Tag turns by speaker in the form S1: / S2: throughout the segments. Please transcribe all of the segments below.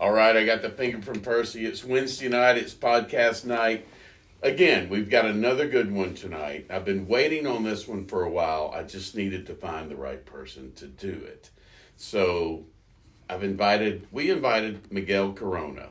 S1: night. I got the finger from Percy. It's Wednesday night. It's podcast night. Again, we've got another good one tonight. I've been waiting on this one for a while. I just needed to find the right person to do it. So I've invited, we invited Miguel Corona.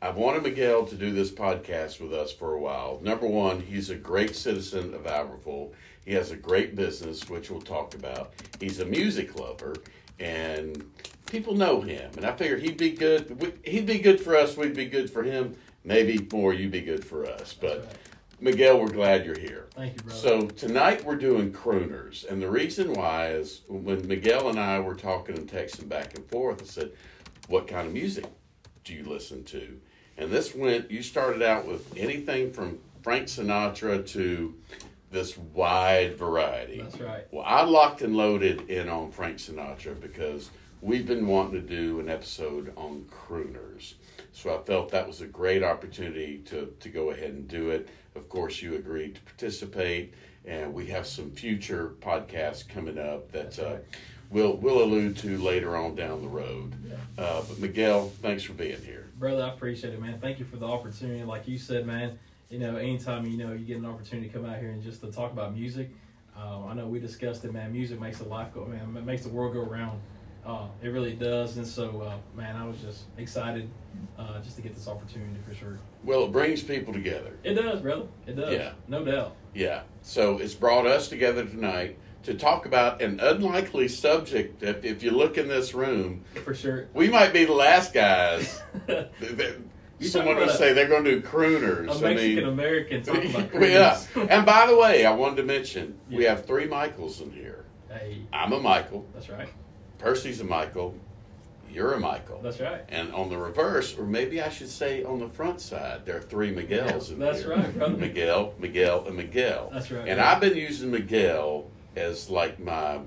S1: I've wanted Miguel to do this podcast with us for a while. Number one, he's a great citizen of Albertville. He has a great business, which we'll talk about. He's a music lover, and people know him. And I figured he'd be good. we- He'd be good for us. We'd be good for him. Maybe more, you'd be good for us. But
S2: right.
S1: Miguel, we're glad you're here.
S2: Thank you, brother.
S1: So tonight we're doing crooners, and the reason why is when Miguel and I were talking and texting back and forth, I said, "What kind of music do you listen to?" And this went. You started out with anything from Frank Sinatra to this wide variety.
S2: That's right.
S1: Well, I locked and loaded in on Frank Sinatra because we've been wanting to do an episode on crooners. So I felt that was a great opportunity to, to go ahead and do it. Of course, you agreed to participate, and we have some future podcasts coming up that uh, we'll, we'll allude to later on down the road. Uh, but Miguel, thanks for being here.
S2: Brother, I appreciate it, man. Thank you for the opportunity. Like you said, man, you know, anytime you know you get an opportunity to come out here and just to talk about music, um, I know we discussed it, man. Music makes the life go, man. It makes the world go round. Uh, it really does. And so, uh, man, I was just excited uh, just to get this opportunity for sure.
S1: Well, it brings people together.
S2: It does, brother. It does.
S1: Yeah.
S2: No doubt.
S1: Yeah. So it's brought us together tonight to talk about an unlikely subject. If, if you look in this room,
S2: For sure.
S1: we might be the last guys. that- that
S2: You're
S1: Someone
S2: talking
S1: will
S2: about
S1: say they're going to do
S2: A
S1: crooners. I
S2: Mexican
S1: mean,
S2: American talking about
S1: yeah.
S2: Christmas.
S1: And by the way, I wanted to mention we
S2: Yeah.
S1: have three Michaels in here.
S2: Hey,
S1: I'm a Michael.
S2: that's right.
S1: Percy's a Michael. You're a Michael.
S2: That's right.
S1: And on the reverse, or maybe I should say on the front side, there are three Miguel's in
S2: That's
S1: here.
S2: right, brother.
S1: Miguel, Miguel, and Miguel.
S2: That's right,
S1: And
S2: yeah.
S1: I've been using Miguel as like my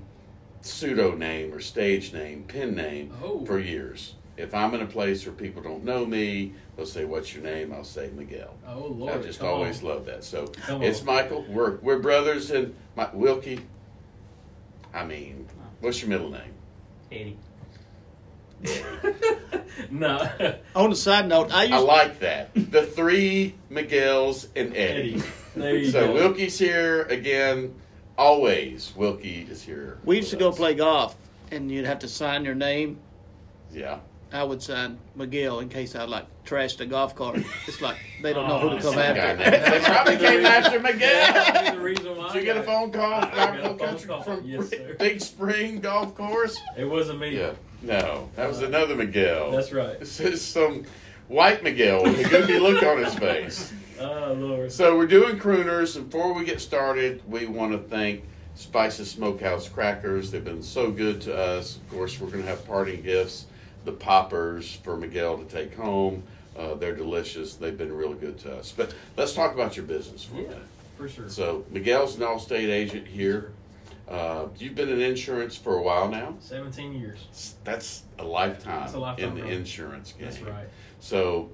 S1: pseudo name or stage name, pen name
S2: Oh.
S1: for years. If I'm in a place where people don't know me, they'll say, "What's your name?" I'll say Miguel.
S2: Oh Lord.
S1: I just
S2: come on.
S1: always love that. So
S2: Come
S1: it's
S2: on.
S1: Michael. We're we're brothers, and my, Wilkie. I mean, what's your middle name?
S3: Eighty.
S2: no.
S3: On a side note, I used
S1: I like that. The three Miguels and Eddie.
S2: Eddie. There you
S1: so
S2: go.
S1: Wilkie's here again. Always Wilkie is here.
S3: we used to
S1: with
S3: go
S1: us.
S3: play golf, and you'd have to sign your name.
S1: Yeah.
S3: I would sign McGill in case I like trashed a golf cart. It's like they don't know who to
S2: Oh,
S1: Some
S3: come
S1: guy
S3: after.
S1: named- They probably came after Miguel.
S2: That's the reason why
S1: Did you get
S2: I
S1: a
S2: got it.
S1: phone call
S2: I
S1: from
S2: got a
S1: Rockville
S2: phone
S1: Country
S2: call.
S1: from
S2: Yes, sir.
S1: Big Spring Golf Course?
S2: It wasn't me.
S1: Yeah. No, that was another Miguel.
S2: That's right.
S1: This is some white Miguel with a goofy look on his face.
S2: Oh Lord.
S1: So we're doing crooners, and before we get started, we want to thank Spices Smokehouse Crackers. They've been so good to us. Of course, we're going to have parting gifts, the poppers for Miguel to take home. Uh, they're delicious. They've been really good to us. But let's talk about your business for a
S2: Yeah,
S1: minute.
S2: for sure.
S1: So Miguel's an Allstate agent here. Uh, you've been in insurance for a while now.
S2: Seventeen years.
S1: That's a lifetime,
S2: That's a lifetime,
S1: in the
S2: bro.
S1: insurance game.
S2: That's right.
S1: So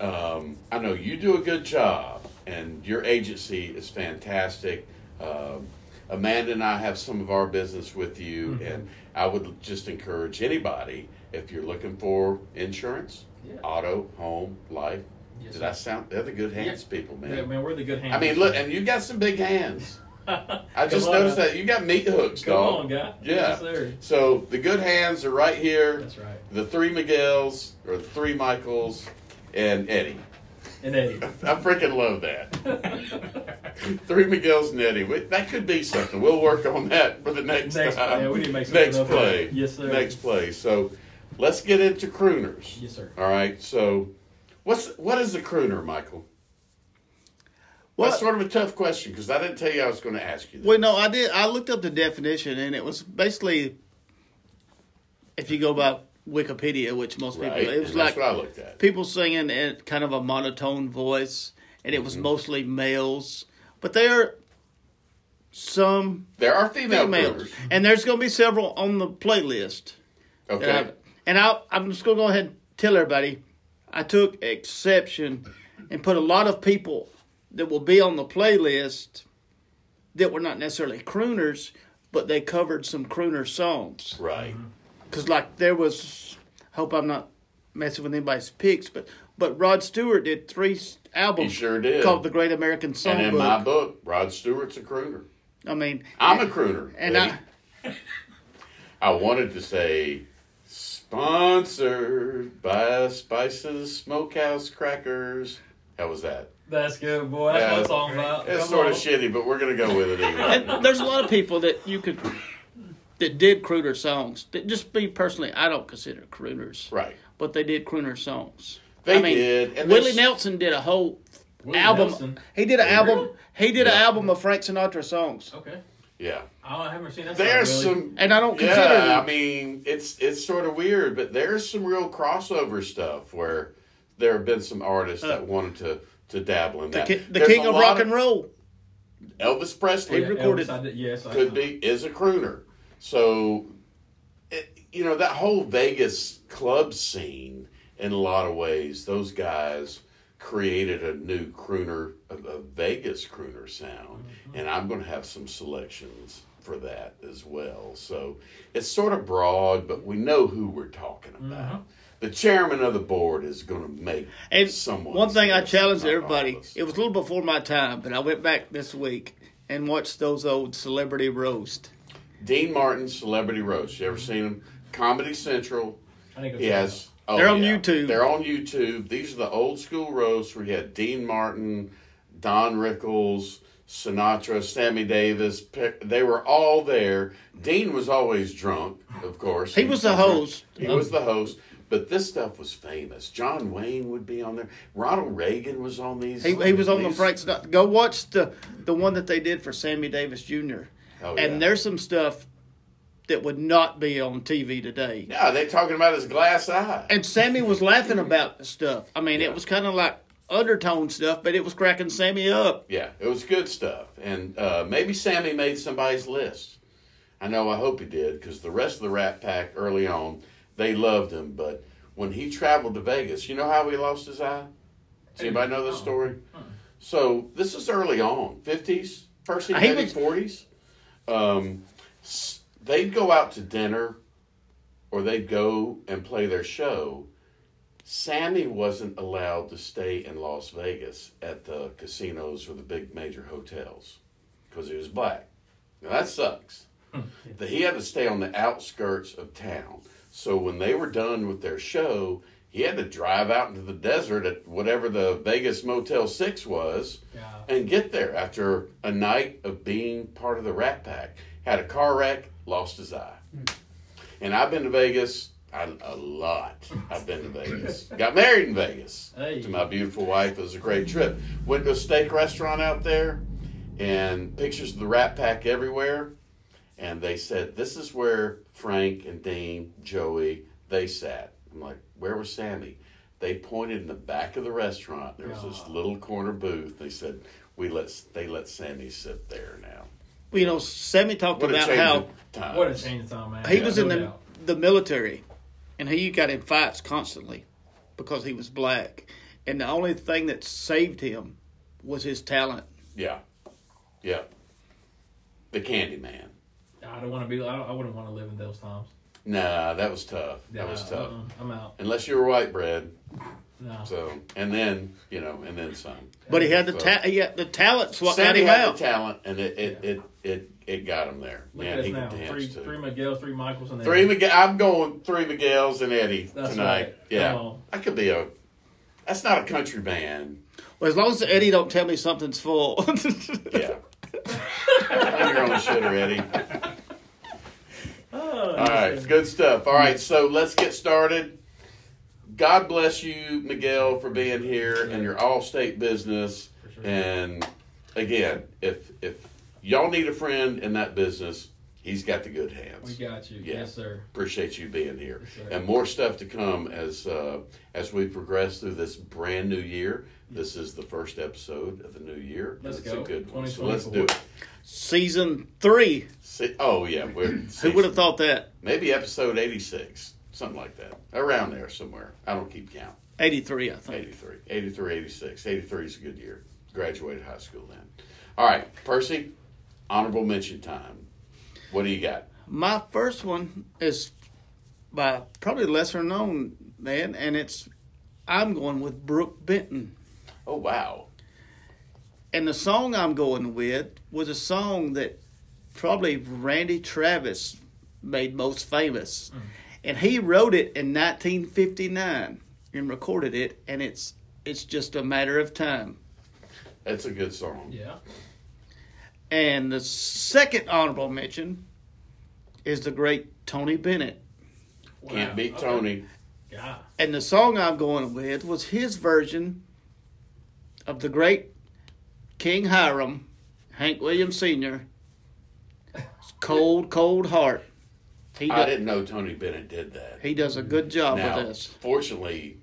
S1: um, I know you do a good job, and your agency is fantastic. Um, Amanda and I have some of our business with you,
S2: Mhm.
S1: and I would just encourage anybody if you're looking for insurance,
S2: Yeah.
S1: auto, home, life.
S2: Yes,
S1: Did
S2: sir.
S1: I sound? They're the good hands, people,
S2: Yeah,
S1: man.
S2: man. we're the good hands.
S1: I mean, look, and you got some big hands. I just
S2: Come on,
S1: noticed
S2: man.
S1: that you got meat hooks,
S2: Come
S1: dog.
S2: on, guy.
S1: Yeah.
S2: Yes, sir.
S1: So the good hands are right here.
S2: That's right.
S1: The three Miguels or the three Michaels and Eddie.
S2: And Eddie.
S1: I freaking love that. Three Miguel's and Eddie. We- That could be something. We'll work on that for the next,
S2: Next play.
S1: time.
S2: Yeah, we need to make something
S1: next
S2: up.
S1: play.
S2: Yes, sir.
S1: Next play. So let's get into crooners.
S2: yes, sir.
S1: All right. So what's what is a crooner, Michael?
S3: Well,
S1: That's sort of a tough question because I didn't tell you I was going to ask you that.
S3: well, no, I did. I looked up the definition, and it was basically if you go by Wikipedia, which most
S1: right.
S3: people, it was
S1: And
S3: like
S1: that's what I looked at.
S3: people singing in kind of a monotone voice, and it was
S1: Mm-hmm.
S3: mostly males. But there are some
S1: There are female
S3: females,
S1: crooners.
S3: and there's going to be several on the playlist.
S1: Okay.
S3: And I- And I, I'm just going to go ahead and tell everybody I took exception and put a lot of people that will be on the playlist that were not necessarily crooners, but they covered some crooner songs.
S1: Right.
S3: Because, like, there was, hope I'm not messing with anybody's picks, but but Rod Stewart did three s- albums
S1: sure did.
S3: called the Great American
S1: and in my
S3: Songbook.
S1: book, Rod Stewart's a crooner.
S3: I mean,
S1: I'm a crooner.
S3: and
S1: Eddie.
S3: I
S1: I wanted to say sponsored by Spices Smokehouse Crackers. How was that?
S2: That's good, boy. That's what
S1: Yeah.
S2: I'm talking about.
S1: It's
S2: Come
S1: sort of
S2: on.
S1: shitty, but we're gonna go with it anyway.
S3: and there's a lot of people that you could that did crooner songs. That just me personally, I don't consider crooners,
S1: right?
S3: but they did crooner songs.
S1: They
S3: I mean,
S1: did. And
S3: Willie
S1: there's-
S3: Nelson did a whole
S2: Willie
S3: album.
S2: Nelson.
S3: He did an album.
S1: Really?
S3: He did an
S1: Yeah.
S3: album of Frank Sinatra songs,
S2: Okay.
S1: Yeah,
S2: I don't- I haven't seen that. song,
S1: there's
S2: really.
S1: some.
S3: and I don't consider.
S1: Yeah,
S3: them-
S1: I mean, it's it's sort of weird, but there's some real crossover stuff where there have been some artists that wanted to to dabble in
S3: Uh, the,
S1: that.
S3: ki- the
S1: There's
S3: king
S1: a
S3: of
S1: lot
S3: rock and roll.
S1: Elvis Presley
S3: He recorded-
S2: Elvis, I did- yes, I-
S3: Uh-huh.
S1: could be is a crooner. So, it, you know that whole Vegas club scene, in a lot of ways, those guys created a new crooner, a, a Vegas crooner sound,
S3: Mm-hmm.
S1: and I'm going to have some selections for that as well. So it's sort of broad, but we know who we're talking
S3: Mm-hmm.
S1: about. The chairman of the board is going to make
S3: And
S1: someone.
S3: one thing I
S1: list,
S3: challenged
S1: not all of
S3: everybody.
S1: us.
S3: It was a little before my time, but I went back this week and watched those old celebrity roast.
S1: Dean Martin, Celebrity Roast. You ever
S3: Mm-hmm.
S1: seen him? Comedy Central.
S2: I need to go
S1: He
S2: check
S1: has. Oh,
S3: They're on
S1: yeah.
S3: YouTube.
S1: They're on YouTube. These are the old school roasts where you had Dean Martin, Don Rickles, Sinatra, Sammy Davis. Pe- They were all there. Dean was always drunk, of course.
S3: He was the host.
S1: He was the host. But this stuff was famous. John Wayne would be on there. Ronald Reagan was on these.
S3: He, he was on the
S1: these-
S3: Frank Sinatra. Go watch the the one that they did for Sammy Davis Jr.
S1: Oh, yeah.
S3: And there's some stuff that would not be on TV today.
S1: Yeah, they talking about his glass eye.
S3: And Sammy was laughing about the stuff. I mean,
S1: Yeah.
S3: it was kind of like undertone stuff, but it was cracking Sammy up.
S1: Yeah, it was good stuff. And uh, maybe Sammy made somebody's list. I know, I hope he did, because the rest of the Rat Pack early on, they loved him. But when he traveled to Vegas, you know how he lost his eye? Does anybody know this story? So this is early on, 50s, first
S3: He
S1: maybe
S3: was-
S1: 40s. Um, s- they'd go out to dinner or they'd go and play their show. Sammy wasn't allowed to stay in Las Vegas at the casinos or the big major hotels because he was black. Now that sucks. That He had to stay on the outskirts of town. So when they were done with their show, he had to drive out into the desert at whatever the Vegas Motel 6 was
S2: Yeah.
S1: and get there after a night of being part of the Rat Pack. Had a car wreck, lost his eye. And I've been to Vegas I, a lot. I've been to Vegas. Got married in Vegas
S2: Hey.
S1: to my beautiful wife. It was a great trip. Went to a steak restaurant out there, and pictures of the Rat Pack everywhere. And they said, This is where Frank and Dean, Joey, they sat. I'm like, Where was Sammy? They pointed in the back of the restaurant. There was this
S2: Aw.
S1: little corner booth. They said, We let they let Sammy sit there now.
S3: You know, Sammy talked
S1: What a
S3: about
S1: change
S3: how
S1: of times.
S2: What a change of time, man.
S3: he
S2: Yeah,
S3: was
S2: no
S3: in the
S2: doubt.
S3: the military, and he got in fights constantly because he was black. And the only thing that saved him was his talent.
S1: Yeah. Yeah. The Candy Man.
S2: I don't want to be. I, don't, I wouldn't want to live in those times.
S1: Nah, that was tough. That was
S2: Nah,
S1: tough.
S2: uh-uh, I'm out.
S1: Unless you were white bread.
S2: No.
S1: So and then, you know, and then some.
S3: But he had the
S1: So-
S3: ta- he had the talent's what got
S1: Sammy
S3: him
S1: had the
S3: out.
S1: talent and it it, it, it, it got him there.
S2: Look
S1: Man,
S2: at us
S1: he
S2: now.
S1: could dance
S2: Three,
S1: too.
S2: three Miguel, three Michaels, and
S1: Three Miguel. I'm going three Miguel's and Eddie
S2: That's
S1: tonight.
S2: right.
S1: Yeah,
S2: Come on.
S1: I could be a. That's not a country band.
S3: Well, as long as Eddie don't tell me something's full.
S1: Yeah. Mind your own shit, Eddie.
S2: Oh,
S1: All right, good stuff. All right, so let's get started. God bless you, Miguel, for being here and your all-state business.
S2: For sure.
S1: And again, if if y'all need a friend in that business, he's got the good hands.
S2: We got you.
S1: Yeah.
S2: Yes, sir.
S1: appreciate you being here
S2: Yes, sir.
S1: and more stuff to come as uh, as we progress through this brand new year this is the first episode of the new year and
S2: Let's
S1: it's
S2: go.
S1: a good one so let's do it
S3: Season three.
S1: See, oh yeah we're
S3: Who would have thought that?
S1: maybe episode 86 something like that around there somewhere i don't keep count
S3: Eighty three, I think.
S1: 83 83 86 83 is a good year graduated high school then all right percy honorable mention time what do you got
S3: My first one is by probably lesser known man, and it's I'm going with Brooke Benton.
S1: Oh wow.
S3: And the song I'm going with was a song that probably Randy Travis made most famous. And he wrote it in 1959 and recorded it and it's it's just a matter of time.
S1: That's a good song.
S2: Yeah.
S3: And the second honorable mention is the great Tony Bennett.
S1: Can't
S2: Wow,
S1: beat
S2: okay.
S1: Tony.
S2: Yeah.
S3: And the song I'm going with was his version of the great King Hiram, Hank Williams Sr. 's Cold, cold heart. He
S1: I
S3: does,
S1: didn't know Tony Bennett did that.
S3: he does a good job
S1: now,
S3: with this.
S1: fortunately,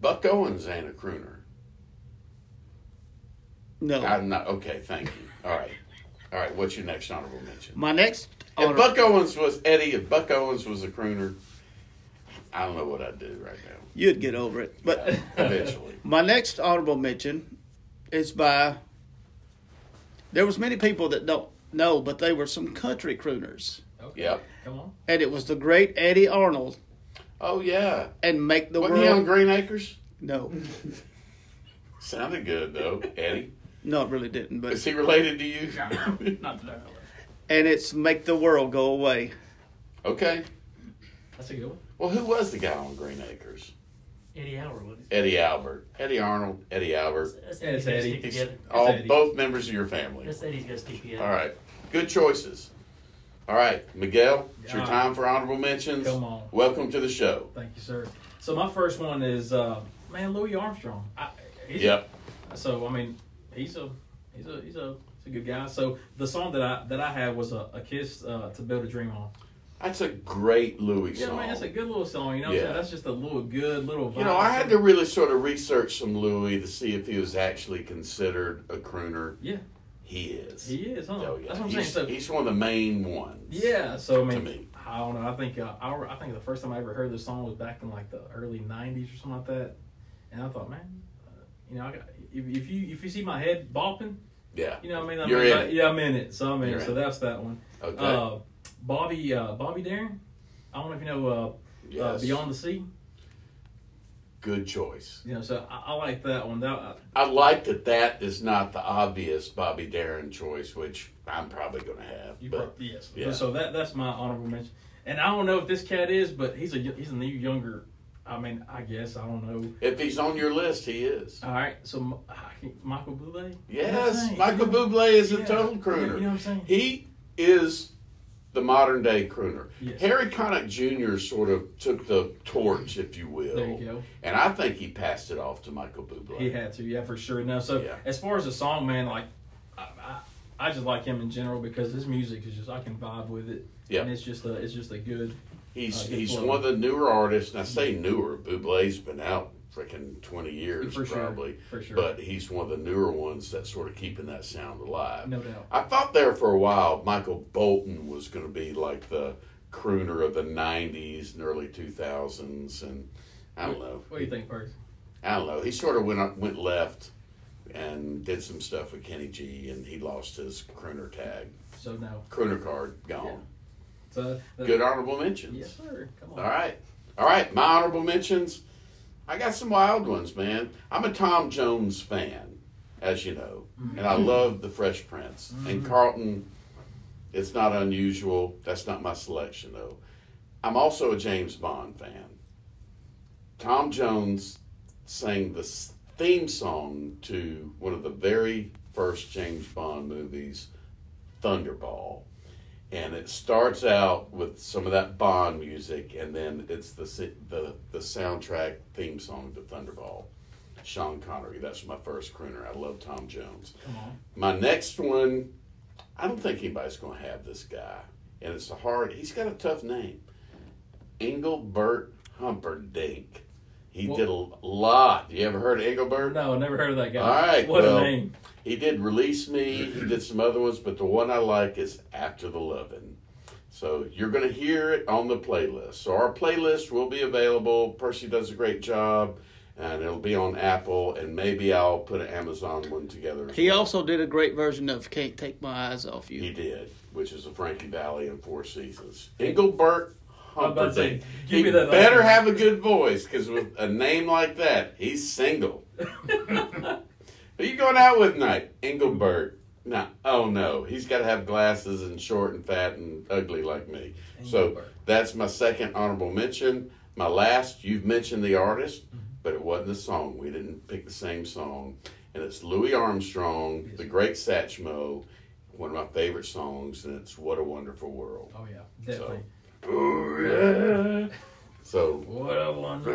S1: Buck Owens ain't a crooner.
S3: No,
S1: I'm not okay. Thank you. All right, all right. What's your next honorable mention?
S3: my next
S1: If
S3: honor,
S1: Buck Owens was Eddie, if Buck Owens was a crooner, I don't know what I'd do right now.
S3: you'd get over it. But
S1: Eventually,
S3: my next honorable mention is by. There was many people that don't know, but they were some country crooners,
S2: Okay.
S1: yep.
S2: Come on.
S3: and it was the great Eddie Arnold
S1: Oh yeah.
S3: and make the
S1: Wasn't he on
S3: world.
S1: Green Acres?
S3: No,
S1: Sounded good though, Eddie.
S3: no, it really didn't. But
S1: Is he related to you?
S4: Not that I know.
S3: and it's make the world go away.
S1: okay.
S2: That's a good one.
S1: Well, who was the guy on Green Acres?
S4: Eddie Howard. What is it?
S1: Eddie Albert, Eddie Arnold, Eddie Albert.
S4: That's
S2: Yeah, it's
S4: Eddie's gotta
S2: Eddie.
S4: stick
S1: He's
S4: together.
S1: all
S2: Eddie.
S1: both members of your family.
S4: That's Eddie's gonna stick together.
S1: All right. Good choices. All right, Miguel, it's your
S2: Yeah.
S1: time for honorable mentions.
S2: Come on.
S1: Welcome to the show.
S2: Thank you, sir. So my first one is uh, man Louis Armstrong. I, he's-
S1: Yep.
S2: So I mean, he's a he's a he's a he's a good guy. So the song that I that I had was a, a kiss uh, to build a dream on.
S1: That's a great Louis
S2: Yeah,
S1: song.
S2: man, that's a good little song. You know, what I'm
S1: Yeah.
S2: saying? that's just a little good little. Vibe.
S1: you know, I had to really sort of research some Louis to see if he was actually considered a crooner.
S2: Yeah,
S1: He is.
S2: he is. Huh?
S1: Oh, yeah.
S2: That's what I'm
S1: he's,
S2: saying. So
S1: he's one of the main ones.
S2: Yeah, so I mean,
S1: me.
S2: I don't know. I think uh, I, I think the first time I ever heard this song was back in like the early '90s or something like that, and I thought, man, uh, you know, I got, if, if you if you see my head bopping,
S1: Yeah.
S2: you know, what I mean, I
S1: You're
S2: mean,
S1: in
S2: I-
S1: it.
S2: yeah, I'm in it, so I'm in
S1: You're
S2: it.
S1: in
S2: So
S1: it.
S2: that's that one.
S1: Okay.
S2: Uh, Bobby uh, Bobby Darren, I don't know if you know uh, uh,
S1: Yes.
S2: Beyond the Sea.
S1: Good choice.
S2: You know, so I, I like that one. That uh,
S1: I like that that is not the obvious Bobby Darin choice, which I'm probably going to have.
S2: you
S1: but
S2: brought, yes.
S1: yeah.
S2: So that that's my honorable mention. And I don't know if this cat is, but he's a he's a new younger. I mean, I guess I don't know.
S1: if he's on your list, he is.
S2: All right, so M- I think Michael Bublé.
S1: Yes, Michael Bublé is a total crooner.
S2: You know what I'm saying?
S1: He is the modern day crooner.
S2: Yes.
S1: Harry Connick Jr. sort of took the torch, if you will.
S2: There you go.
S1: And I think he passed it off to Michael Bublé.
S2: He had uh, to, yeah, for sure. Now, so
S1: Yeah.
S2: as far as the song, man, like I, I, I just like him in general because his music is just I can vibe with it.
S1: Yeah.
S2: and it's just a it's just a good.
S1: He's
S2: Uh, good
S1: he's
S2: flow.
S1: one of the newer artists, and I say newer. Bublé's been out freaking twenty years
S2: For sure,
S1: probably,
S2: for sure.
S1: but he's one of the newer ones that's sort of keeping that sound alive.
S2: No doubt.
S1: I thought there for a while Michael Bolton was going to be like the crooner of the '90s and early 2000s, and I don't know.
S2: What do you think, Perks?
S1: I don't know. He sort of went up, went left and did some stuff with Kenny G, and he lost his crooner tag,
S2: So no,
S1: crooner card gone.
S2: so that-
S1: Good honorable mentions.
S2: Yes, sir. Come on.
S1: All right. All right. My honorable mentions. I got some wild ones, man. I'm a Tom Jones fan, as you know, and I love The Fresh Prince. And Carlton, it's not unusual. That's not my selection, though. I'm also a James Bond fan. Tom Jones sang the s- theme song to one of the very first James Bond movies, Thunderball and it starts out with some of that Bond music, and then it's the si- the the soundtrack theme song to Thunderball, Sean Connery. That's my first crooner. I love Tom Jones.
S2: Come on.
S1: My next one, I don't think anybody's going to have this guy, and it's a hard. He's got a tough name, Engelbert Humperdinck. He
S2: Well-
S1: did a lot. You ever heard of Engelbert?
S2: No, never heard of that guy.
S1: All right,
S2: What
S1: well-
S2: a name.
S1: He did release me. He did some other ones, but the one I like is After the Lovin'. So you're gonna hear it on the playlist. So our playlist will be available. Percy does a great job, and it'll be on Apple, and maybe I'll put an Amazon one together. as
S3: He
S1: well.
S3: also did a great version of "Can't Take My Eyes Off You."
S1: he did, which is a Frankie Valley in Four Seasons. Engelbert
S2: I'm about to say,
S1: Humperdinck.
S2: give
S1: He
S2: me that
S1: better
S2: other-
S1: have a good voice because with a name like that, he's single. Who you going out with tonight? Engelbert. No, oh no, he's got to have glasses and short and fat and ugly like me. So
S2: Engelbert.
S1: that's my second honorable mention. My last, you've mentioned the artist,
S2: Mm-hmm.
S1: but it wasn't the song. We didn't pick the same song. And it's Louis Armstrong, the great Satchmo, one of my favorite songs, and it's What a Wonderful World.
S2: Oh yeah, definitely. Oh,
S1: So
S2: What a wonderful.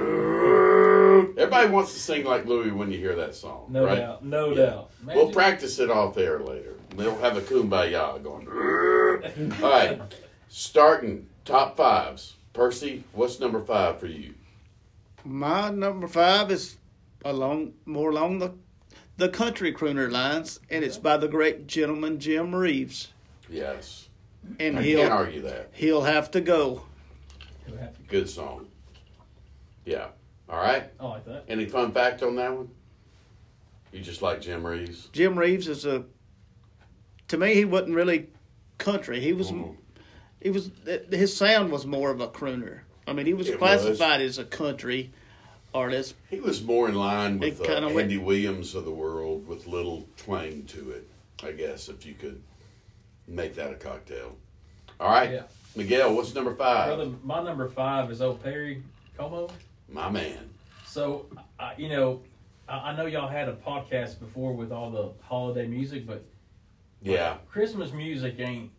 S1: everybody wants to sing like Louis when you hear that song,
S2: No
S1: right?
S2: doubt, no
S1: Yeah.
S2: doubt.
S1: We'll practice it off air later. We'll have a kumbaya going. All right, starting top fives. Percy, what's number five for you?
S3: My number five is along more along the the country crooner lines, and it's by the great gentleman Jim Reeves,
S1: Yes,
S3: and
S1: I can't
S3: he'll
S1: argue that.
S3: he'll have to go.
S1: Good song. Yeah. All right.
S2: I like that.
S1: Any fun fact on that one? You just like Jim Reeves?
S3: Jim Reeves is a to me he wasn't really country. He was
S1: Mhm.
S3: he was th- his sound was more of a crooner. I mean, he was
S1: It
S3: classified as a country artist.
S1: He was more in line with
S3: It
S1: uh,
S3: kinda
S1: Andy
S3: went-
S1: Williams of the world, with little twang to it. I guess if you could make that a cocktail. All right,
S2: Yeah.
S1: Miguel, what's number five?
S2: Brother, my number five is old Perry Como.
S1: My man.
S2: So, I you know, I, I know y'all had a podcast before with all the holiday music, but
S1: Yeah.
S2: Christmas music ain't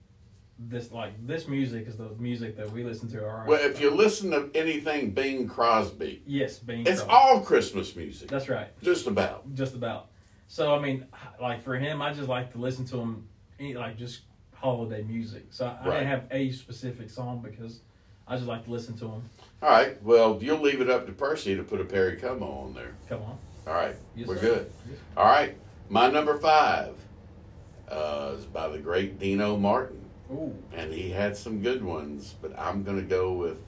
S2: this like this music is the music that we listen to. Our
S1: Well, if you listen to anything Bing Crosby,
S2: yes, being
S1: it's
S2: Crosby.
S1: all Christmas music,
S2: That's right.
S1: just about.
S2: just about. So I mean, like for him, I just like to listen to him, any- like just holiday music. So I, I
S1: Right.
S2: didn't have a specific song because I just like to listen to him.
S1: All right. Well, you'll leave it up to Percy to put a Perry Como on there.
S2: Come on,
S1: All right.
S2: Yes,
S1: We're
S2: sir.
S1: good. All right. My number five uh, is by the great Dino Martin,
S2: ooh,
S1: and he had some good ones, but I'm going to go with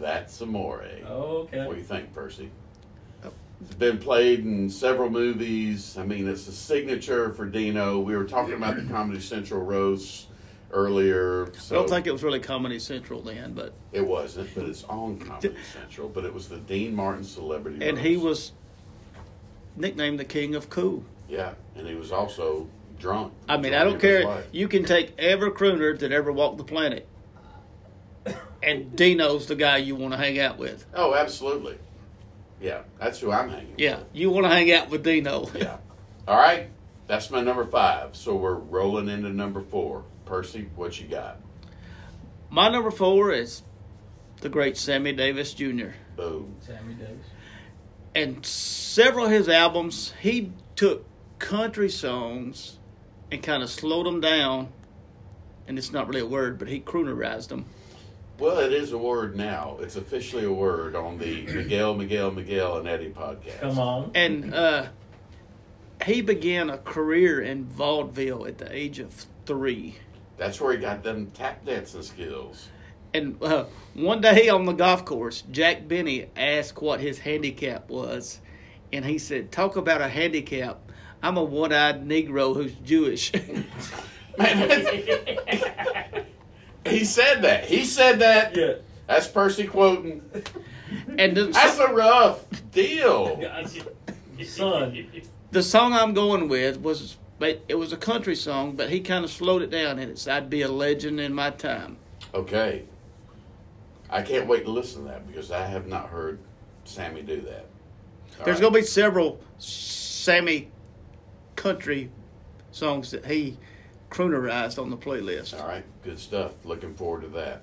S1: That's Amore. What do
S2: okay,
S1: you think, Percy?
S3: Oh.
S1: It's been played in several movies. I mean, it's a signature for Dino. We were talking about the Comedy Central roast earlier. So
S3: I don't think it was really Comedy Central then, but
S1: it wasn't, but it's on Comedy Central. But it was the Dean Martin Celebrity.
S3: and he
S1: Roast.
S3: was nicknamed the King of Cool.
S1: yeah, and he was also drunk.
S3: I mean,
S1: Drunk
S3: I don't
S1: of his
S3: care.
S1: life.
S3: You can take every crooner that ever walked the planet, and Dino's the guy you want to hang out with.
S1: Oh, absolutely. Yeah, that's who I'm hanging.
S3: Yeah, you want to hang out with Dino.
S1: with. Yeah. All right, that's my number five. So we're rolling into number four. Percy, what you got?
S3: My number four is the great Sammy Davis Jr.
S1: Boom.
S2: Sammy Davis.
S3: And several of his albums, he took country songs and kind of slowed them down. And it's not really a word, but he croonerized them.
S1: Well, it is a word now. It's officially a word on the Miguel, Miguel, Miguel, and Eddie podcast.
S2: Come on,
S3: And uh, he began a career in vaudeville at the age of three.
S1: That's where he got them tap dancing skills.
S3: And uh, one day on the golf course, Jack Benny asked what his handicap was. And he said, Talk about a handicap. I'm a one eyed Negro who's Jewish.
S1: Man, that's- he said that. He said that.
S2: yeah,
S1: That's Percy quoting.
S3: and the,
S1: That's a rough deal.
S2: Son.
S3: the song I'm going with was, but it was a country song, but he kind of slowed it down. And it's, I'd be a legend in my time.
S1: Okay. I can't wait to listen to that because I have not heard Sammy do that. All
S3: There's
S1: right.
S3: going to be several Sammy country songs that he croonerized on the playlist.
S1: All right. Good stuff. Looking forward to that.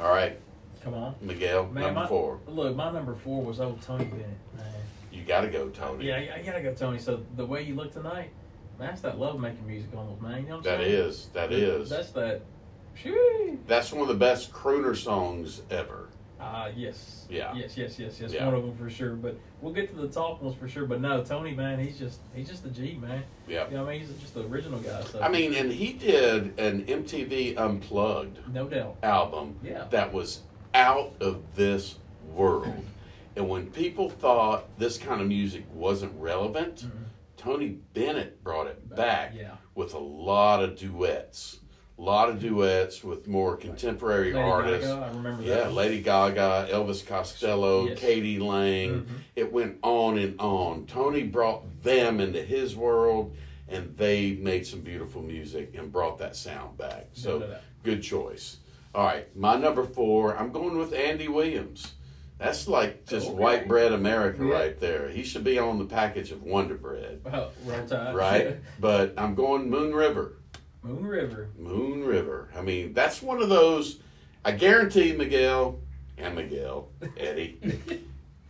S1: All right,
S2: come on.
S1: Miguel,
S2: Man,
S1: number
S2: my,
S1: four.
S2: look, my number four was old Tony Bennett. Man.
S1: You got to go, Tony.
S2: Yeah, I, I gotta go, Tony. So the way you look tonight, man, that's that love making music almost, man. You know what I'm
S1: That
S2: saying?
S1: is. That is.
S2: That's that. Shoo.
S1: That's one of the best crooner songs ever.
S2: Uh, yes.
S1: Yeah.
S2: Yes, yes, yes, yes.
S1: Yeah.
S2: One of them for sure. But we'll get to the top ones for sure. But no, Tony, man, he's just he's just a G, man.
S1: Yeah.
S2: You know what I mean? He's just the original guy. So
S1: I mean, and he did an MTV Unplugged
S2: no doubt.
S1: album
S2: Yeah.
S1: that was out of this world. And when people thought this kind of music wasn't relevant, Tony Bennett brought it back
S2: Mm-hmm. Yeah.
S1: with a lot of duets, A lot of duets with more contemporary
S2: Lady
S1: artists.
S2: Gaga, I remember
S1: Yeah,
S2: that.
S1: Lady Gaga, Elvis Costello,
S2: Yes. Mm-hmm.
S1: Katie Lang. It went on and on. Tony brought them into his world, and they made some beautiful music and brought that sound back.
S2: No
S1: So
S2: doubt.
S1: good choice. All right, my number four. I'm going with Andy Williams. That's like just
S2: Okay.
S1: white bread America
S2: Yeah.
S1: right there. He should be on the package of Wonder Bread,
S2: Wow, roll tide.
S1: right? but I'm going Moon River.
S2: Moon River.
S1: Moon River. I mean, that's one of those. I guarantee Miguel and Miguel, Eddie,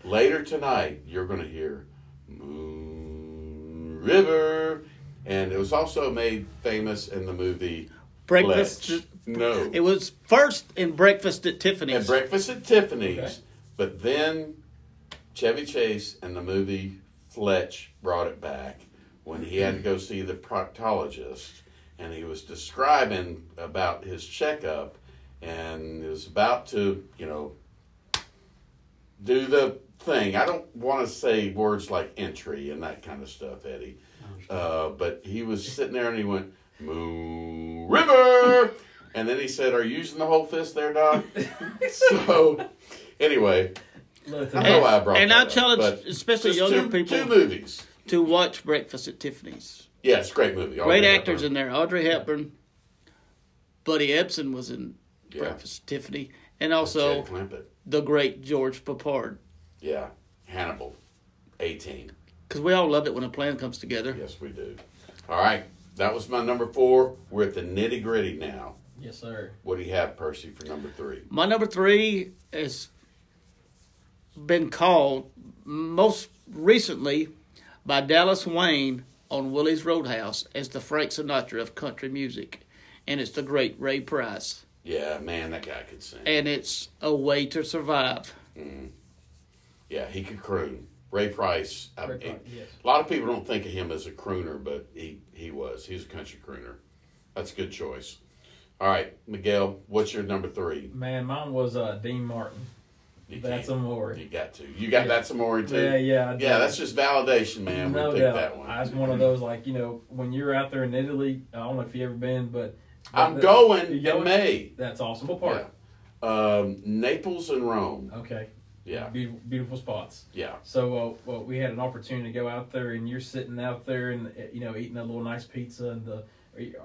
S1: later tonight, you're going to hear Moon River. And it was also made famous in the movie
S3: Breakfast.
S1: Pledge. No.
S3: It was first in Breakfast at
S1: And
S3: Tiffany's.
S1: Breakfast at Tiffany's.
S2: Okay.
S1: But then Chevy Chase and the movie Fletch brought it back when he had to go see the proctologist and he was describing about his checkup and he was about to, you know, do the thing. I don't want to say words like entry and that kind of stuff, Eddie. Uh, but he was sitting there and he went, Moo River! And then he said, Are you using the whole fist there, Doc? so, anyway,
S2: Look,
S1: I don't know why I brought
S3: and
S1: that
S3: I
S1: up,
S3: challenge,
S1: but
S3: especially
S1: just
S3: younger
S1: two,
S3: people,
S1: Two movies.
S3: to watch Breakfast at Tiffany's.
S1: Yeah, it's a great movie.
S3: Great actors in there: Audrey Hepburn, Buddy Ebsen was in
S1: Yeah.
S3: Breakfast at Tiffany, and also
S1: Clampett.
S3: the great George Papard.
S1: Yeah. Hannibal. 18.
S3: Because we all love it when a plan comes together.
S1: Yes, we do. All right. That was my number four. We're at the nitty gritty now.
S2: yes, sir.
S1: What do you have, Percy, for number three?
S3: My number three has been called most recently by Dallas Wayne on Willie's Roadhouse as the Frank Sinatra of country music, and it's the great Ray Price,
S1: Yeah, man, that guy could sing.
S3: and it's a way to survive.
S1: Yeah, he could croon. Ray Price. I,
S2: Ray
S1: he-
S2: Price, yes.
S1: A lot of people don't think of him as a crooner, but he, he was. He's a country crooner. That's a good choice. All right, Miguel, what's your number three?
S2: Man, mine was uh, Dean Martin.
S1: You
S2: That's
S1: can't-
S2: Amore.
S1: You got to. You got
S2: Yeah.
S1: that some more too.
S2: Yeah, yeah.
S1: Yeah,
S2: I did.
S1: that's just validation, man.
S2: no
S1: we picked
S2: doubt.
S1: that one.
S2: I was one of those like you know when you're out there in Italy. I don't know if you ever been, but
S1: I'm
S2: but-
S1: going
S2: you
S1: in May.
S2: That's awesome. What part?
S1: Um, Naples and Rome.
S2: Okay.
S1: Yeah,
S2: Beautiful, beautiful spots.
S1: yeah,
S2: So uh, well, we had an opportunity to go out there, and you're sitting out there, and uh, you know eating a little nice pizza, and the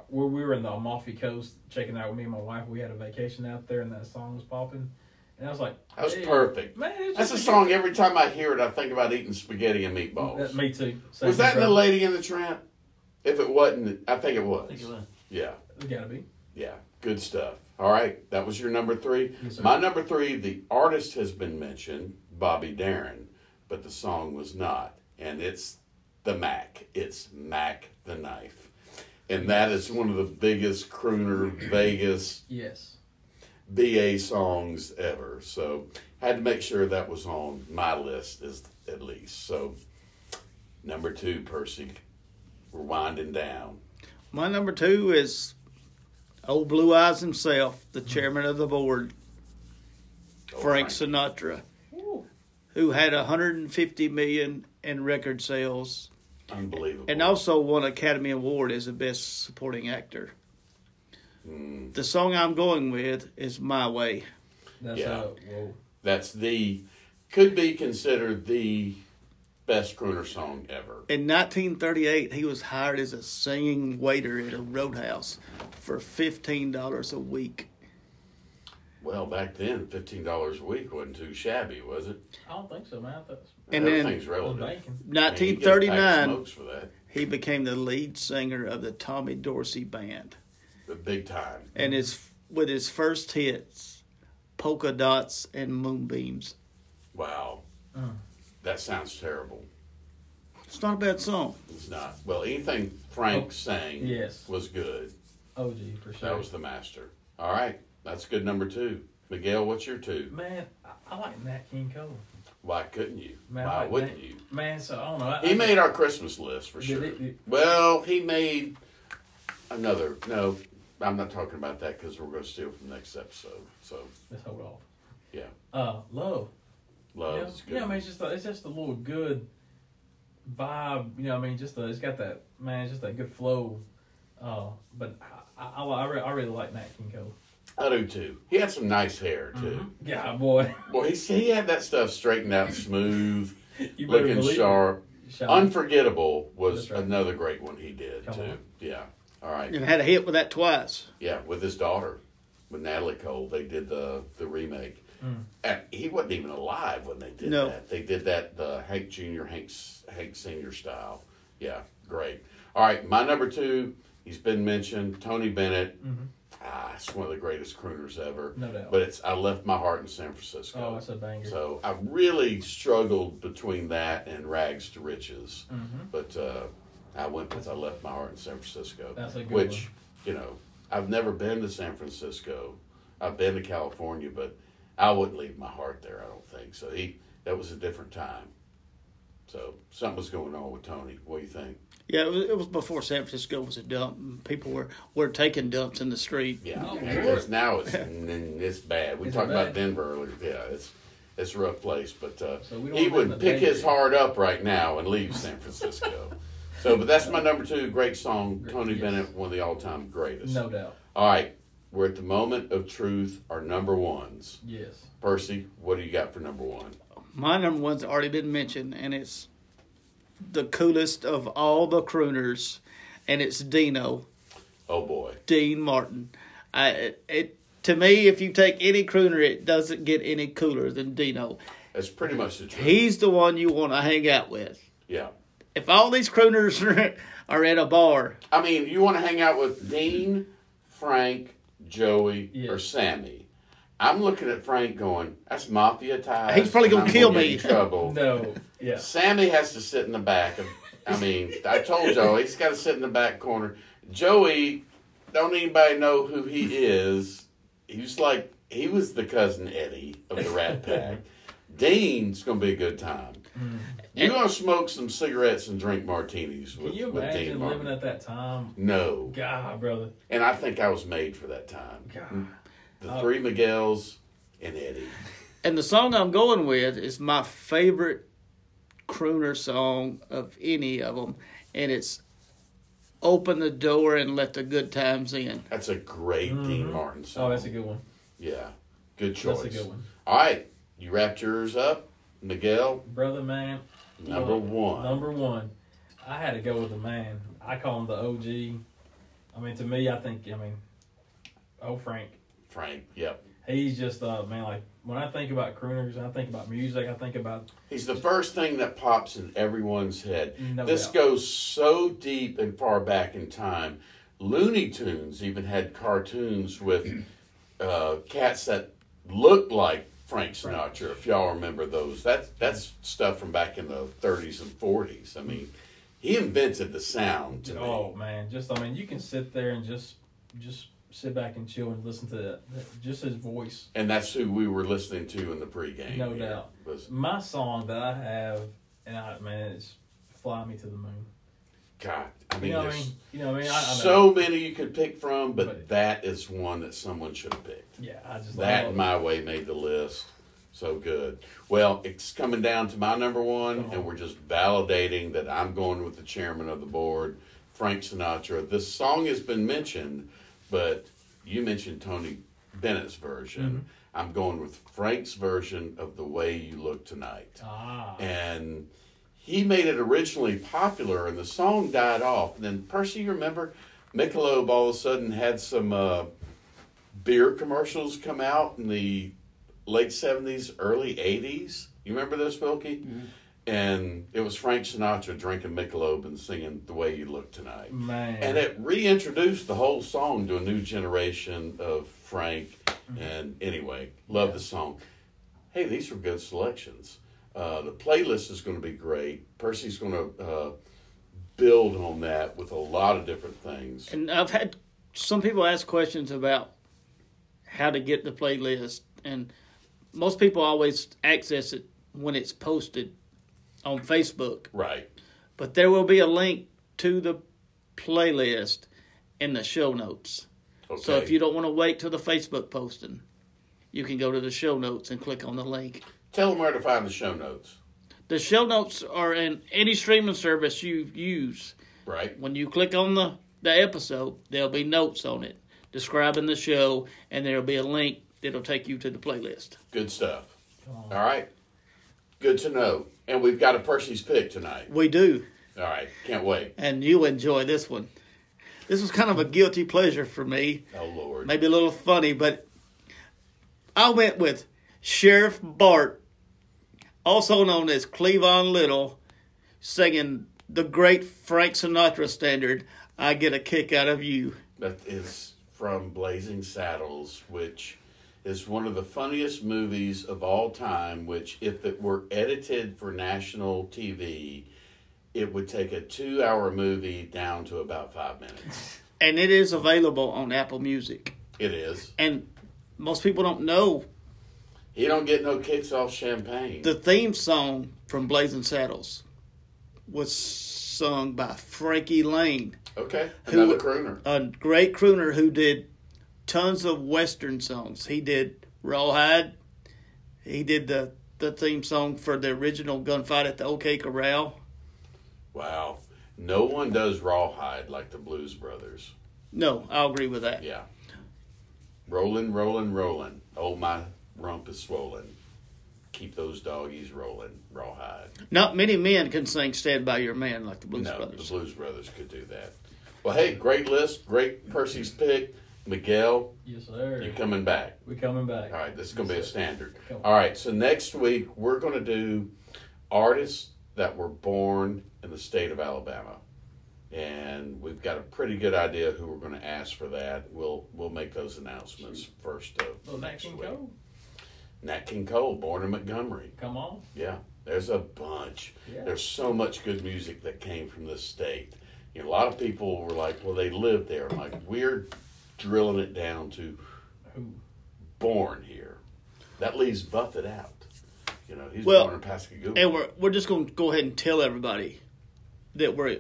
S2: where we were in the Amalfi Coast checking out with me and my wife. We had a vacation out there, and that song was popping, and I was like,
S1: that was
S2: "Hey,
S1: perfect.
S2: Man, it's
S1: That's a
S2: just-
S1: song. Every time I hear it, I think about eating spaghetti and
S2: That,
S1: meatballs.
S2: me too. Same
S1: Was that in
S2: brother.
S1: the Lady in the Tramp? If it wasn't, I think it
S4: I
S1: was.
S4: think it was.
S1: Yeah,
S2: It's gotta be.
S1: yeah, good stuff. All right, that was your number three.
S2: Yes, sir.
S1: My number three, the artist has been mentioned, Bobby Darin, but the song was not, and it's the Mac. It's Mac the Knife, and that is one of the biggest crooner Vegas
S2: Yes.
S1: BA songs ever. So had to make sure that was on my list is at least. So number two, Percy, we're winding down.
S3: My number two is old Blue Eyes himself,
S1: Mm-hmm.
S3: the chairman of the board,
S1: Oh,
S3: Frank Sinatra, who had 150 million in record sales
S1: unbelievable.
S3: and also won Academy Award as the best supporting actor.
S1: Mm.
S3: The song I'm going with is My Way.
S2: That's
S1: Yeah.
S2: uh, whoa.
S1: That's the could be considered the best crooner song ever.
S3: In 1938, he was hired as a singing waiter at a roadhouse for $15 a week.
S1: Well, back then, fifteen dollars a week wasn't too shabby, was it?
S2: I don't think so, man. I thought
S3: And then-
S1: everything's
S2: it was
S1: relative.
S2: bacon.
S1: Man, you get a pack of
S3: 1939,
S1: smokes for that,
S3: he became the lead singer of the Tommy Dorsey Band.
S1: the big time.
S3: and his with his first hits, polka dots and moonbeams.
S1: Wow,
S2: Mm.
S1: that sounds terrible.
S3: It's not a bad song.
S1: It's not. Well, anything Frank sang
S2: Oh, yes.
S1: was good.
S2: Oh, gee, for sure.
S1: That was the master. All right. That's good number two. Miguel, what's your two?
S2: man, I, I like Nat King Cole.
S1: Why couldn't you?
S2: Man, I
S1: Why
S2: like
S1: wouldn't
S2: Nat-
S1: you?
S2: Man, so I don't know. I,
S1: He
S2: I-
S1: made our Christmas list for
S2: Did
S1: sure.
S2: it- did-
S1: Well, he made another. No, I'm not talking about that because we're going to steal from next episode. So,
S2: Let's hold off.
S1: yeah.
S2: Uh, love.
S1: Love
S2: you know?
S1: is good.
S2: Yeah, I mean, it's just a, it's just a little good vibe. You know, I mean, just a, it's got that man, it's just that good flow. Uh, but I, I, I, I, re- I really like Nat King Cole. Mm-hmm.
S1: I do too. He had some nice hair too.
S2: Yeah, boy.
S1: Well, he he had that stuff straightened out, smooth,
S2: You better
S1: looking
S2: believe it.
S1: sharp.
S2: Shall I-
S1: Unforgettable was
S2: That's right.
S1: another great one he did
S2: Come
S1: too.
S2: on.
S1: Yeah. All right.
S3: and had a hit with that twice.
S1: Yeah, with his daughter, with Natalie Cole, they did the the remake. And he wasn't even alive when they did
S3: No.
S1: that. They did that the Hank Jr. Hank's Hank Senior style. Yeah, great. All right, my number two. He's been mentioned. Tony Bennett. Ah, it's one of the greatest crooners ever.
S2: No doubt.
S1: But it's I left my heart in San Francisco.
S2: Oh, that's a banger.
S1: So I really struggled between that and Rags to Riches,
S2: Mm-hmm.
S1: but uh, I went with I Left My Heart in San Francisco,
S2: That's a good
S1: which
S2: one.
S1: you know I've never been to San Francisco. I've been to California, but I wouldn't leave my heart there. I don't think so. He that was a different time. So something was going on with Tony. What do you think?
S3: Yeah, it was, it was before San Francisco was a dump. and People were, were taking dumps in the street.
S1: Yeah,
S2: Oh,
S1: because now it's n- it's bad. We
S2: Is it
S1: talked about
S2: bad?
S1: Denver earlier. Yeah, it's it's a rough place, but uh,
S2: So we don't
S1: he
S2: live
S1: would
S2: in the
S1: pick
S2: Bay
S1: his
S2: Area.
S1: heart up right now and leave San Francisco. so, but that's my number two great song, Tony
S2: yes.
S1: Bennett, one of the all time greatest.
S2: No doubt.
S1: All right, we're at the moment of truth. Our number ones,
S2: Yes.
S1: Percy. What do you got for number one?
S3: My number one's already been mentioned, and it's the coolest of all the crooners, and it's Dino,
S1: Oh boy,
S3: Dean Martin. I, it, it to me, if you take any crooner, it doesn't get any cooler than Dino.
S1: that's pretty much the truth.
S3: He's the one you want to hang out with.
S1: yeah,
S3: If all these crooners are, are at a bar,
S1: I mean, you want to hang out with Dean, Frank, Joey,
S2: Yeah.
S1: or Sammy. I'm looking at Frank going, that's mafia ties.
S3: He's probably
S1: and
S3: gonna
S1: I'm
S3: kill
S1: get
S3: me."
S1: in trouble.
S2: No. Yeah.
S1: Sammy has to sit in the back. Of, I mean, I told Joey, he's got to sit in the back corner. Joey, don't anybody know who he is. He's like, he was the cousin Eddie of the Rat Pack. Dean's going to be a good time.
S2: Mm.
S1: You're going to smoke some cigarettes and drink martinis with,
S2: Can you
S1: with Dean
S2: imagine
S1: Martin.
S2: living at that time?
S1: no.
S2: God, brother.
S1: And I think I was made for that time.
S2: God.
S1: The
S2: Oh.
S1: three Miguels and Eddie.
S3: and the song I'm going with is my favorite crooner song of any of them, and it's "Open the Door and Let the Good Times In."
S1: That's a great Dean Martin song.
S2: Oh, that's a good one.
S1: yeah. Good choice.
S2: That's a good one.
S1: All right. You wrapped yours up. Miguel,
S2: Brother, man.
S1: number
S2: Well,
S1: one.
S2: Number one. I had to go with the man. I call him the OG. I mean, to me, I think, I mean, oh, Frank.
S1: Frank. Yep.
S2: He's just, uh, man, like, when I think about crooners, I think about music, I think about,
S1: He's the first thing that pops in everyone's head.
S2: No
S1: this
S2: doubt.
S1: goes so deep and far back in time. Looney Tunes even had cartoons with uh, cats that looked like Frank Sinatra. If y'all remember those, that's that's stuff from back in the 30s and 40s. I mean, he invented the sound to
S2: oh,
S1: me.
S2: man, just, I mean, you can sit there and just, just sit back and chill and listen to that, that- just his voice.
S1: And that's who we were listening to in the pregame.
S2: No
S1: here,
S2: doubt.
S1: Was
S2: My song that I have, and I, man, it's Fly Me to the Moon.
S1: God. I mean,
S2: You know what I
S1: there's
S2: mean? You know what I mean? I, I know.
S1: so many you could pick from, but,
S2: But-
S1: that is one that someone should have picked.
S2: yeah, I just
S1: That
S2: love
S1: and
S2: it.
S1: My Way made the list. So good. Well, it's coming down to my number one,
S2: Come on.
S1: and we're just validating that I'm going with the chairman of the board, Frank Sinatra. This song has been mentioned, but you mentioned Tony Bennett's version. I'm going with Frank's version of The Way You Look Tonight
S2: Ah,
S1: and he made it originally popular, and the song died off. And then Percy, you remember, Michelob all of a sudden had some uh, beer commercials come out in the late seventies, early eighties. You remember this, Wilkie? And it was Frank Sinatra drinking Michelob and singing "The Way You Look Tonight."
S2: man.
S1: And it reintroduced the whole song to a new generation of Frank.
S3: Mm-hmm.
S1: And anyway, love the song. Hey, these were good selections. Uh, the playlist is going to be great. Percy's going to uh, build on that with a lot of different things.
S3: And I've had some people ask questions about how to get the playlist, and most people always access it when it's posted on Facebook.
S1: Right.
S3: But there will be a link to the playlist in the show notes.
S1: Okay.
S3: So if you don't want to wait till the Facebook posting, you can go to the show notes and click on the link.
S1: tell them where to find the show notes.
S3: The show notes are in any streaming service you use.
S1: Right.
S3: When you click on the the episode, there'll be notes on it describing the show, and there'll be a link that'll take you to the playlist.
S1: Good stuff.
S2: Come on.
S1: All right. Good to know. And we've got a Percy's pick tonight.
S3: We do,
S1: All right. Can't wait.
S3: and you'll enjoy this one. This was kind of a guilty pleasure for me,
S1: Oh, Lord.
S3: maybe a little funny, but I went with Sheriff Bart, also known as Cleavon Little, singing the great Frank Sinatra standard, I Get a Kick Out of You.
S1: That is from Blazing Saddles, which is one of the funniest movies of all time. Which, if it were edited for national TV, it would take a two hour movie down to about five minutes.
S3: And it is available on Apple Music.
S1: It is.
S3: And most people don't know
S1: He don't get no kicks off champagne.
S3: the theme song from Blazing Saddles was sung by Frankie Lane.
S1: okay.
S3: Who-
S1: Another crooner.
S3: a great crooner who did tons of western songs. He did Rawhide. He did the the theme song for the original gunfight at the OK Corral.
S1: Wow. No one does rawhide like the Blues Brothers.
S3: No, I'll agree with that.
S1: Yeah. Rolling, rolling, rolling. Oh, my rump is swollen. Keep those doggies rolling, rawhide.
S3: Not many men can sing "Stand by Your Man" like the Blues
S1: no,
S3: Brothers.
S1: the Blues Brothers could do that. Well, hey, great list, great Percy's pick. Miguel,
S2: Yes, sir.
S1: you're coming back.
S2: We're coming back.
S1: All right, this is going to be a standard.
S2: Come on.
S1: All right, so next week we're going to do artists that were born in the state of Alabama. And we've got a pretty good idea who we're going to ask for that. We'll we'll make those announcements first of
S2: Little Nat
S1: next
S2: King
S1: week.
S2: Cole.
S1: Nat King Cole, born in Montgomery.
S2: Come on.
S1: Yeah, there's a bunch.
S2: Yeah.
S1: There's so much good music that came from this state. You know, a lot of people were like, "Well, they lived there." I'm like, we're drilling it down to
S2: Who?
S1: born here. That leaves Buffett out. You know, he's
S3: Well,
S1: born in Pascagoula.
S3: And we're we're just gonna go ahead and tell everybody that we're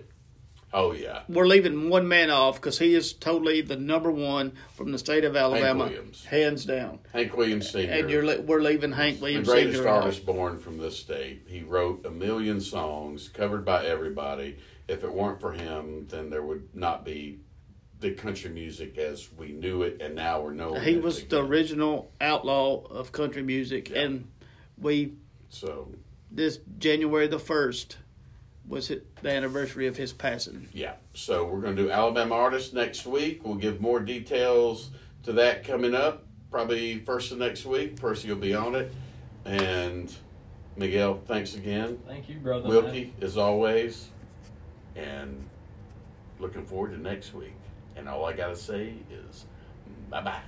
S1: oh yeah,
S3: we're leaving one man off because he is totally the number one from the state of Alabama,
S1: Williams.
S3: hands down.
S1: Hank Williams Sr.
S3: And you're le- we're leaving Hank Williams
S1: the greatest
S3: Sr. off.
S1: artist born from this state. He wrote a million songs, covered by everybody. If it weren't for him, then there would not be the country music as we knew it, and now we're knowing.
S3: He
S1: it
S3: was the
S1: again.
S3: original outlaw of country music,
S1: Yeah.
S3: and we
S1: so
S3: this January the first was it, the anniversary of his passing.
S1: yeah. So we're going to do Alabama artists next week. We'll give more details to that coming up, probably first of next week. Percy will be on it, and Miguel, thanks again.
S2: Thank you, brother. man.
S1: Wilkie, as always, and looking forward to next week. And all I got to say is bye bye.